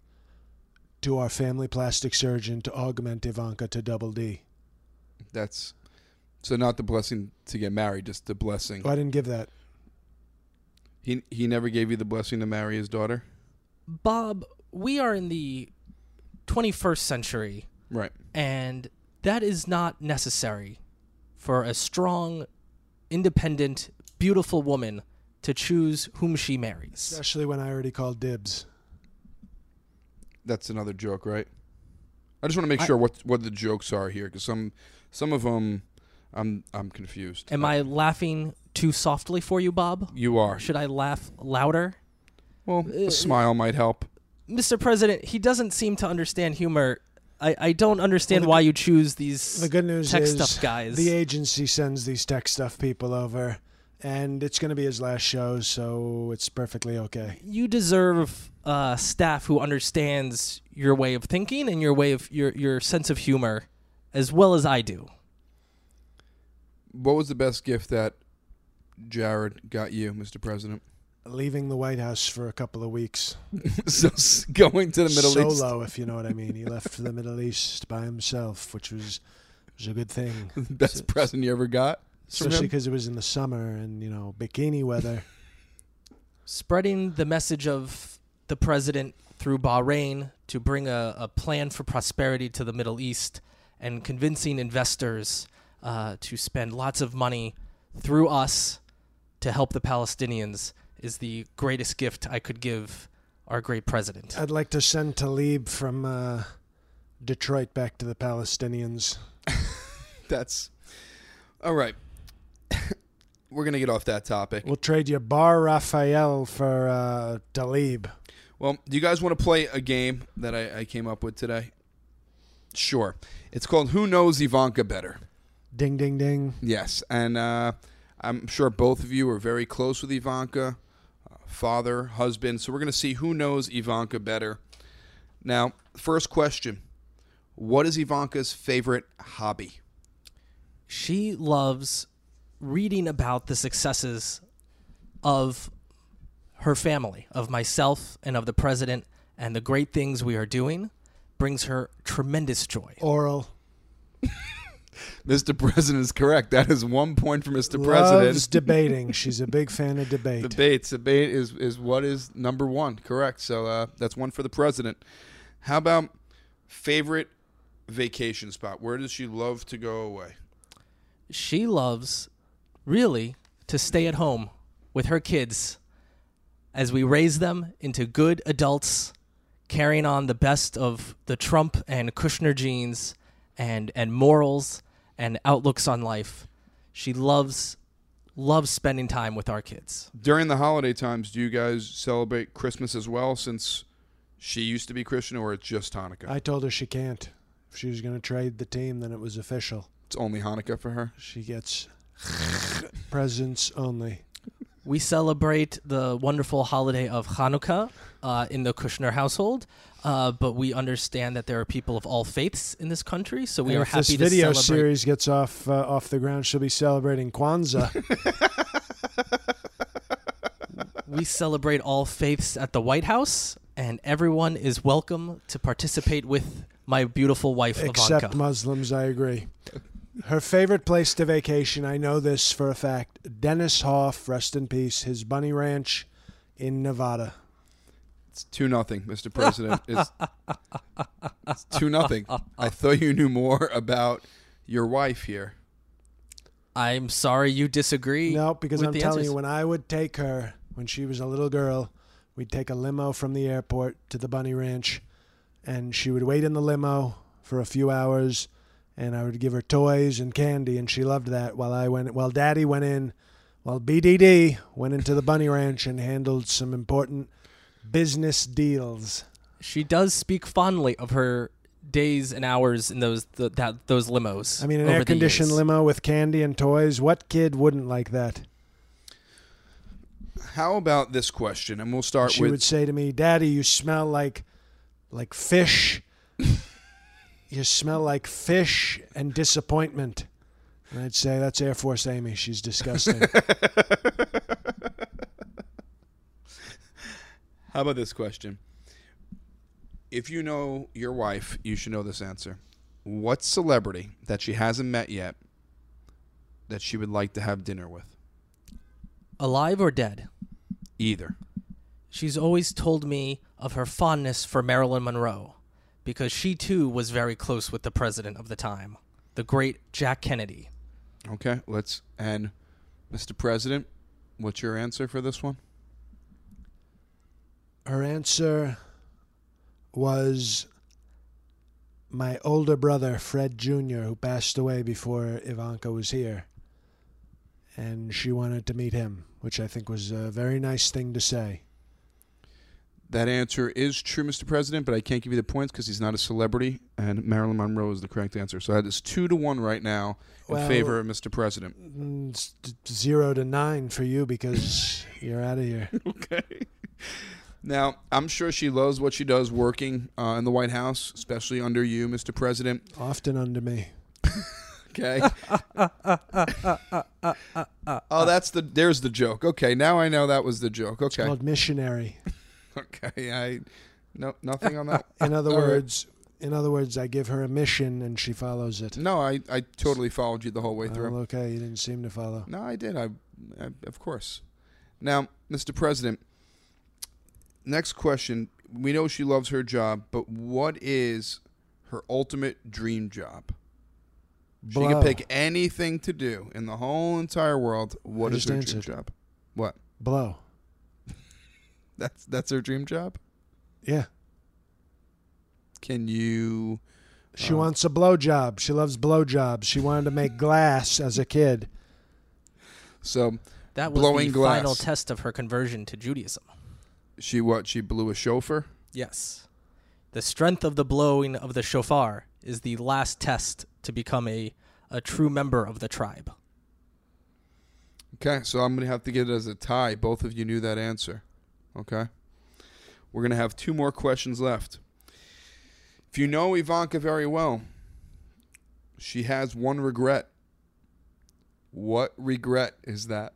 to our family plastic surgeon to augment Ivanka to double D.
President? that's so not the blessing to get married, just the blessing.
Oh, I didn't give that.
He he never gave you the blessing to marry his daughter,
Bob, we are in the 21st century,
right?
and that is not necessary for a strong, independent, beautiful woman to choose whom she marries.
Especially when I already called dibs.
That's another joke, right? I just want to make sure what what the jokes are here, because some some of them, I'm I'm confused.
Am I laughing too softly for you, Bob?
You are.
Should I laugh louder?
Well,
uh,
a smile might help.
Mr. President, he doesn't seem to understand humor. I, I don't understand why you choose these.
The good news
tech
is
stuff guys.
the agency sends these tech stuff people over, and it's going to be his last show, so it's perfectly okay.
you deserve uh, staff who understands your way of thinking and your way of your, your sense of humor as well as I do.
What was the best gift that Jared got you, Mr. President? [LAUGHS]
Leaving the White House for a couple of weeks.
so s- going to the Middle East.
Solo, if you know what I mean. He left for the Middle East by himself, which was was a good thing.
Best present you ever got? from
Especially
him?
because it was in the summer and, you know, bikini weather.
spreading the message of the president through Bahrain to bring a, a plan for prosperity to the Middle East and convincing investors uh, to spend lots of money through us to help the Palestinians is the greatest gift I could give our great president.
I'd like to send Talib from uh, Detroit back to the Palestinians.
That's all right. [LAUGHS] We're gonna get off that topic.
We'll trade you Bar Raphael for uh, Talib.
Well, do you guys want to play a game that I, I came up with today? Sure. It's called Who Knows Ivanka Better?
Ding, ding, ding.
Yes. And uh, I'm sure both of you are very close with Ivanka, uh, father, husband. So we're going to see who knows Ivanka better. Now, first question What is Ivanka's favorite hobby?
she loves reading about the successes of her family, of myself and of the president, and the great things we are doing brings her tremendous joy.
Oral.
Mr. President is correct. That is one point for Mr.
Loves
President.
debating. She's a big fan of
[LAUGHS]
debate.
Debates. Debate is, is what is number one. Correct. So uh, that's one for the president. How about favorite vacation spot? Where does she love to go away?
She loves really to stay at home with her kids as we raise them into good adults, carrying on the best of the Trump and Kushner genes and, and morals and outlooks on life. She loves loves spending time with our kids.
During the holiday times, do you guys celebrate Christmas as well since she used to be Christian or it's just Hanukkah?
I told her she can't. If she was going to trade the team, then it was official.
it's only Hanukkah for her.
She gets presents only.
We celebrate the wonderful holiday of Hanukkah uh, in the Kushner household, uh, but we understand that there are people of all faiths in this country, so we
And
are
if this
happy to
video
celebrate.
series gets off uh, off the ground, she'll be celebrating Kwanzaa.
We celebrate all faiths at the White House, and everyone is welcome to participate with my beautiful wife,
except
Ivanka.
Muslims, I agree. Her favorite place to vacation, I know this for a fact. Dennis Hoff, rest in peace, his bunny ranch in Nevada.
It's two nothing, Mr.
[LAUGHS]
President. It's, it's two nothing. I thought you knew more about your wife here.
I'm sorry you disagree.
No, because
with
I'm
the
telling
answers.
you, when I would take her when she was a little girl, we'd take a limo from the airport to the bunny ranch, and she would wait in the limo for a few hours, and I would give her toys and candy, and she loved that. While I went, while Daddy went in, while BDD went into the bunny ranch and handled some important business deals.
she does speak fondly of her days and hours in those the, that those limos.
I mean, an
over the
air-conditioned
years.
limo with candy and toys. What kid wouldn't like that?
How about this question? And we'll start
she
with
would say to me, "Daddy, you smell like like fish. you smell like fish and disappointment." And I'd say, "That's Air Force Amy. She's disgusting."
How about this question? If you know your wife, you should know this answer. What celebrity that she hasn't met yet that she would like to have dinner with?
alive or dead.
Either.
She's always told me of her fondness for Marilyn Monroe because she too was very close with the president of the time, the great Jack Kennedy.
Okay, let's and Mr. President, what's your answer for this one?
Her answer was my older brother Fred Jr., who passed away before Ivanka was here, and she wanted to meet him, which I think was a very nice thing to say.
That answer is true, Mr. President, but I can't give you the points because he's not a celebrity, and Marilyn Monroe is the correct answer. So that is two to one right now in
Well-
favor of Mr. President.
Mm, it's d- zero to nine for you because you're out of here.
okay. Now, I'm sure she loves what she does working uh, in the White House, especially under you, Mr. President.
Often under me.
Okay. oh, that's the there's the joke. Okay, now I know that was the joke. Okay.
Called missionary.
Okay. I no nothing
[LAUGHS]
on that.
In other
[LAUGHS] All right.
words, in other words, I give her a mission and she follows it.
No, I I totally followed you the whole way
Well,
through.
okay, you didn't seem to follow.
No, I did. I, I of course. Now, Mr. President, next question. We know she loves her job, but what is her ultimate dream job? She
Blow.
can pick anything to do in the whole entire world. What
I
is
just
her
answered.
dream job? What?
Blow.
That's that's her dream job.
Yeah.
Can you? Oh.
She wants a blowjob. She loves blowjobs. She wanted to
[LAUGHS]
make glass as a kid.
So
That was
Blowing
the
glass.
final test of her conversion to Judaism.
she what? She blew a chauffeur.
Yes. The strength of the blowing of the shofar is the last test to become a, a true member of the tribe.
Okay, so I'm gonna have to get it as a tie. Both of you knew that answer. Okay. We're gonna have two more questions left. If you know Ivanka very well, she has one regret. What regret is that?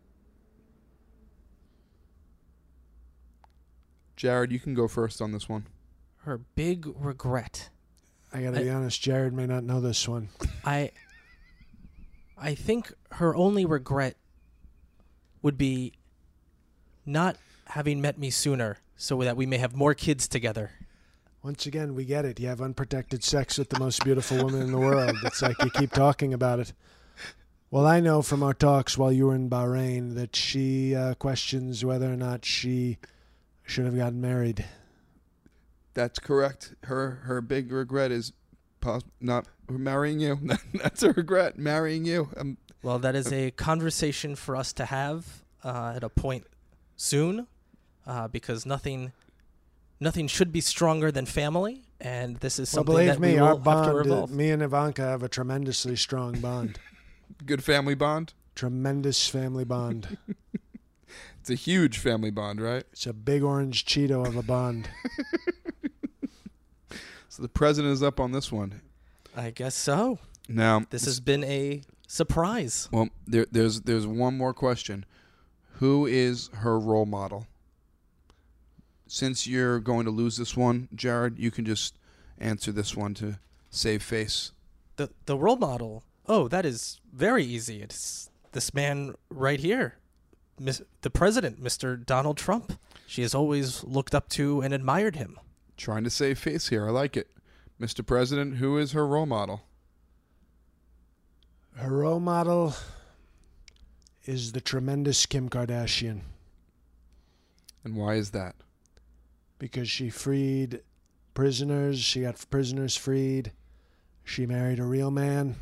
Jared, you can go first on this one.
Her big regret.
I got to be honest, Jared may not know this one.
I I think her only regret would be not having met me sooner so that we may have more kids together.
Once again, we get it. You have unprotected sex with the most beautiful woman in the world. It's like you keep talking about it. Well, I know from our talks while you were in Bahrain that she uh, questions whether or not she should have gotten married.
That's correct. Her her big regret is pos- not marrying you. [LAUGHS] That's a regret, marrying you. Um,
Well, that is a conversation for us to have uh, at a point soon, uh, because nothing, nothing should be stronger than family, and this is
Well,
something
believe
that
me,
we
our
will have to
bond, uh,
revolve.
me and Ivanka have a tremendously strong bond,
good family bond.
tremendous family bond.
It's a huge family bond, right?
It's a big orange Cheeto of a bond.
So the president is up on this one.
I guess so.
Now,
This has been a surprise.
well, there, there's there's one more question. Who is her role model? Since you're going to lose this one, Jared, you can just answer this one to save face.
The the role model. Oh, that is very easy. It's this man right here, Mis- the president, Mr. Donald Trump. She has always looked up to and admired him.
Trying to save face here. I like it. Mr. President, who is her role model?
Her role model is the tremendous Kim Kardashian.
And why is that?
because she freed prisoners. She got prisoners freed. She married a real man.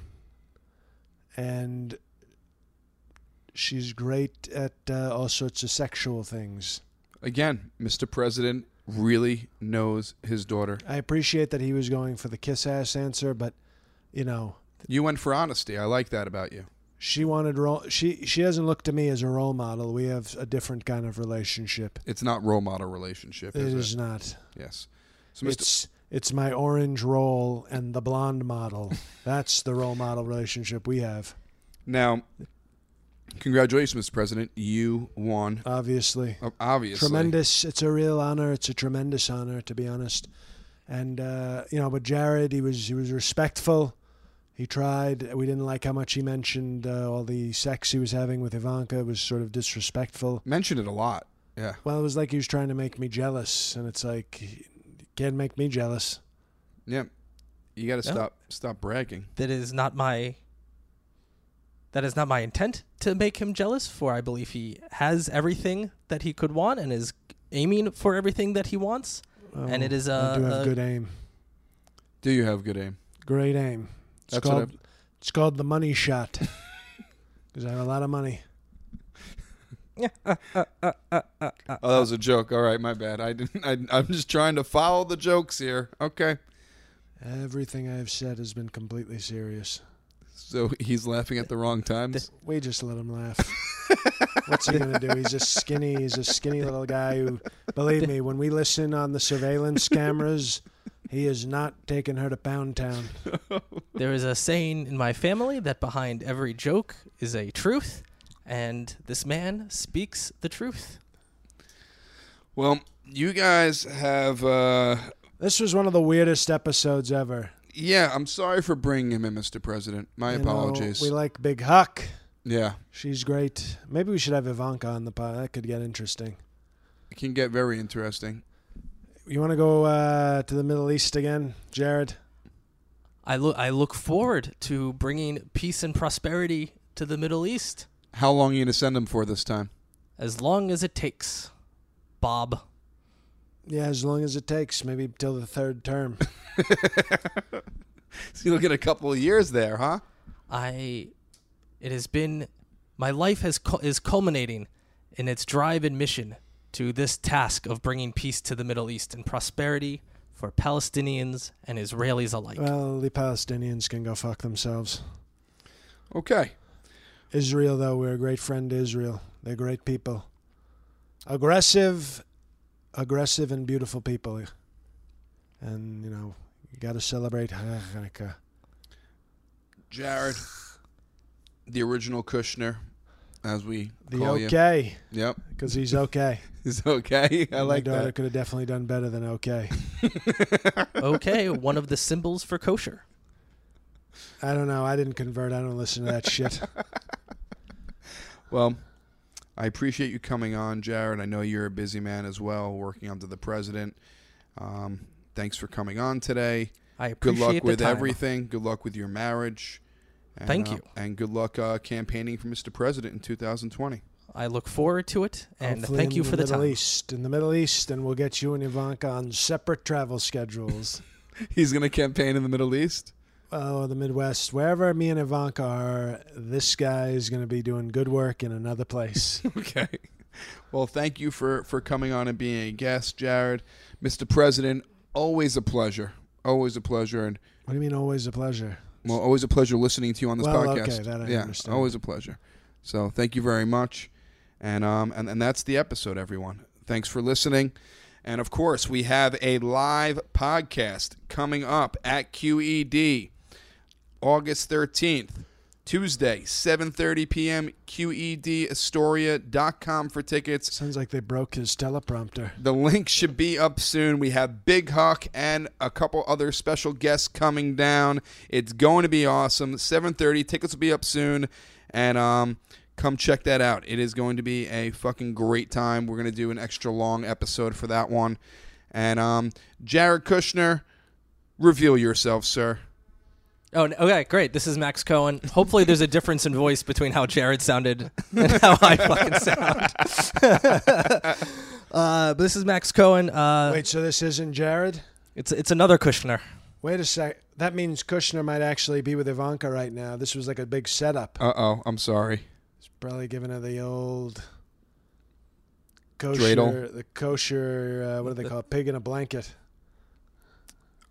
And she's great at uh, all sorts of sexual things.
Again, Mr. President really knows his daughter.
I appreciate that he was going for the kiss ass answer, but you know,
You went for honesty. I like that about you.
she wanted role. She she doesn't look to me as a role model. We have a different kind of relationship.
It's not role model relationship,
It
is it?
is not.
Yes. So, Mr.
It's it's my orange roll and the blonde model. That's the role model relationship we have.
Now, congratulations, Mr. President. You won.
Obviously.
O- Obviously,
tremendous. It's a real honor. It's a tremendous honor, to be honest. And uh, you know, but Jared, he was he was respectful. He tried. We didn't like how much he mentioned uh, all the sex he was having with Ivanka. It was sort of disrespectful.
Mentioned it a lot. Yeah,
Well, it was like he was trying to make me jealous, and it's like you can't make me jealous.
yeah. You got to
Yeah.
stop stop bragging.
that is not my that is not my intent to make him jealous for i believe he has everything that he could want and is aiming for everything that he wants And it is
Oh, I
uh, a-
do have
a-
good aim,
Do you have good aim?
great aim. It's
That's what
called it's called the money shot [LAUGHS] because I have a lot of money.
Oh, that was a joke. All right, my bad. I didn't. I, I'm just trying to follow the jokes here. Okay.
Everything I have said has been completely serious.
So he's laughing at the wrong times.
We just let him laugh. What's he gonna do? He's a skinny, he's a skinny little guy who, believe me, when we listen on the surveillance cameras, He is not taking her to Pound Town.
There is a saying in my family that behind every joke is a truth, and this man speaks the truth.
[LAUGHS] Well, you guys have. Uh,
This was one of the weirdest episodes ever.
yeah, I'm sorry for bringing him in, Mr. President. My
You know,
apologies.
we like Big Huck.
yeah,
She's great. Maybe we should have Ivanka on the pod. That could get interesting.
it can get very interesting.
You want to go uh, to the Middle East again, Jared?
I look I look forward to bringing peace and prosperity to the Middle East
How long are you going to send him for this time?
as long as it takes. Bob.
Yeah, as long as it takes, maybe till the third term.
So you look at a couple of years there, huh?
I it has been my life has cu- is culminating in its drive and mission to this task of bringing peace to the Middle East and prosperity for Palestinians and Israelis alike.
well, the Palestinians can go fuck themselves.
Okay.
Israel, though, we're a great friend to Israel. They're great people. Aggressive, aggressive, and beautiful people. And, you know, you got to celebrate Hanukkah.
Jared, the original Kushner, as we
The
call you.
okay,
Yep, [LAUGHS]
because he's okay.
it's okay. I like
My daughter
that.
could have definitely done better than okay.
[LAUGHS] okay, one of the symbols for kosher.
I don't know. I didn't convert. I don't listen to that
[LAUGHS]
shit.
Well, I appreciate you coming on, Jared. I know you're a busy man as well, working under the president. Um, thanks for coming on today.
I
Good
appreciate
luck
the
with
time.
everything. Good luck with your marriage. And,
Thank
uh,
you.
and good luck uh, campaigning for Mr. President in 2020.
I look forward to it and
Hopefully
thank
in
you for the
Middle
time.
East, in the Middle East, and we'll get you and Ivanka on separate travel
[LAUGHS]
schedules.
[LAUGHS] He's going to campaign in the Middle East.
Oh, the Midwest, wherever me and Ivanka are, this guy is going to be doing good work in another place.
[LAUGHS] Okay. Well, thank you for for coming on and being a guest, Jared. Mr. President, always a pleasure. Always a pleasure and
what do you mean, always a pleasure?
well, always a pleasure listening to you on this
Well, okay,
podcast.
that I
yeah,
understand.
always a pleasure. So, thank you very much. And um and, and that's the episode everyone. Thanks for listening. And of course, we have a live podcast coming up at QED. August 13th, Tuesday, 7:30 p.m. E QEDAstoria.com for tickets.
Sounds like they broke his teleprompter.
The link should be up soon. We have Big Huck and a couple other special guests coming down. It's going to be awesome. 7:30 tickets will be up soon and um come check that out. It is going to be a fucking great time. We're going to do an extra long episode for that one. And um Jared Kushner, reveal yourself, sir.
Oh, n- okay, great. This is Max Cohen. Hopefully, there's a difference in voice between how Jared sounded and how I fucking sound.
[LAUGHS]
[LAUGHS] uh, but this is Max Cohen. Uh,
Wait, so this isn't Jared?
It's it's another Kushner.
Wait a sec. That means Kushner might actually be with Ivanka right now. This was like a big setup.
Uh-oh, I'm sorry.
He's probably giving her the old kosher,
Dreidel.
the kosher, uh, what do
[LAUGHS]
they call it? Pig in a blanket.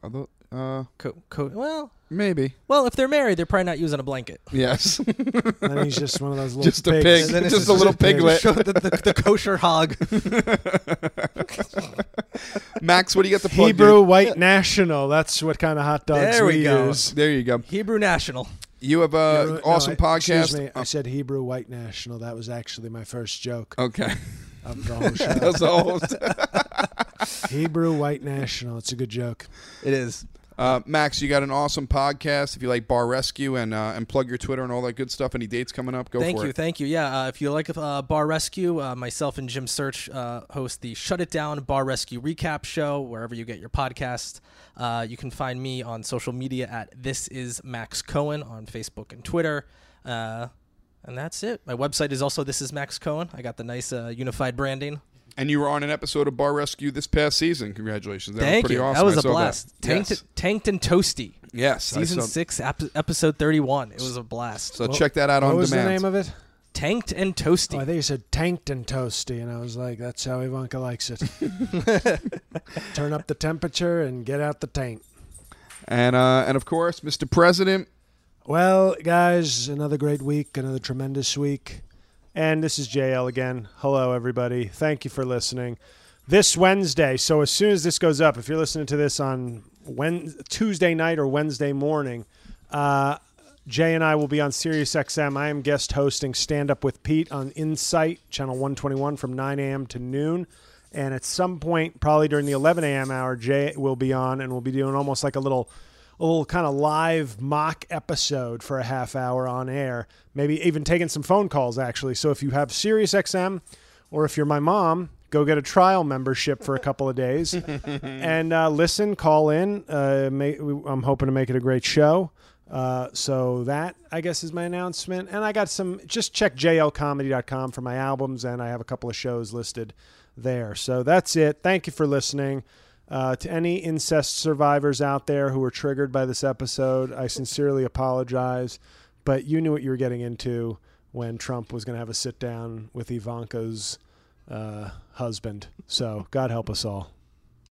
Although uh
Co- co- well,
maybe.
well, if they're married, they're probably not using a blanket.
Yes.
And then he's just one of
[LAUGHS]
those little
Just a
pigs.
pig.
And then it's
Just
just
a
a
little piglet.
Show the, the, the [LAUGHS] kosher hog.
[LAUGHS] Max, what do you got to plug?
Hebrew white national. That's what kind of hot dogs
There we go.
use.
dude? There you go.
Hebrew national.
You have a
Hebrew- no,
awesome
I-
podcast.
Excuse me,
Uh,
I said Hebrew white national. That was actually my first joke
[LAUGHS]
Okay, [LAUGHS]
of the whole show.
that's all.
Hebrew white national. It's a good joke.
It is.
Uh, Max, you got an awesome podcast. If you like Bar Rescue and uh, and plug your Twitter and all that good stuff. Any dates coming up? Go
thank
for
you,
it.
thank you. Yeah, uh, if you like uh, Bar Rescue, uh, myself and Jim Search uh, host the Shut It Down Bar Rescue Recap Show wherever you get your podcast. Uh, you can find me on social media at This Is Max Cohen on Facebook and Twitter. Uh, and that's it. My website is also This Is Max Cohen. I got the nice uh, unified branding.
And you were on an episode of Bar Rescue this past season. Congratulations! That
Thank
was pretty
you.
Awesome.
That was
I
a
saw
blast. Tanked,
Yes,
tanked and toasty.
yes I
Season
saw-
six, ep- episode thirty-one. It was a blast.
So check that out on
what was
demand.
the name of it?
Tanked
Oh,
and
I
toasty.
think you said tanked and toasty, and I was like, "That's how Ivanka likes
[LAUGHS]
it." Turn up the temperature and get out the tank.
and uh, and of course, Mr. President.
Well, guys, another great week, another tremendous week. And this is JL again. Hello, everybody. Thank you for listening. This Wednesday, so as soon as this goes up, if you're listening to this on when Tuesday night or Wednesday morning. Uh, Jay and I will be on SiriusXM. I am guest hosting Stand Up with Pete on Insight Channel 121 from 9 a.m. to noon. And at some point, probably during the 11 a.m. hour, Jay will be on, and we'll be doing almost like a little, a little kind of live mock episode for a half hour on air. Maybe even taking some phone calls actually. So if you have SiriusXM, or if you're my mom, go get a trial membership for a couple of days and uh, listen, call in. Uh, may, I'm hoping to make it a great show. Uh, so that I guess is my announcement. And I got some. Just check jlcomedy.com for my albums, and I have a couple of shows listed there. So that's it. Thank you for listening. Uh, to any incest survivors out there who were triggered by this episode, I sincerely apologize. But you knew what you were getting into when Trump was going to have a sit down with Ivanka's uh, husband. So God help us all.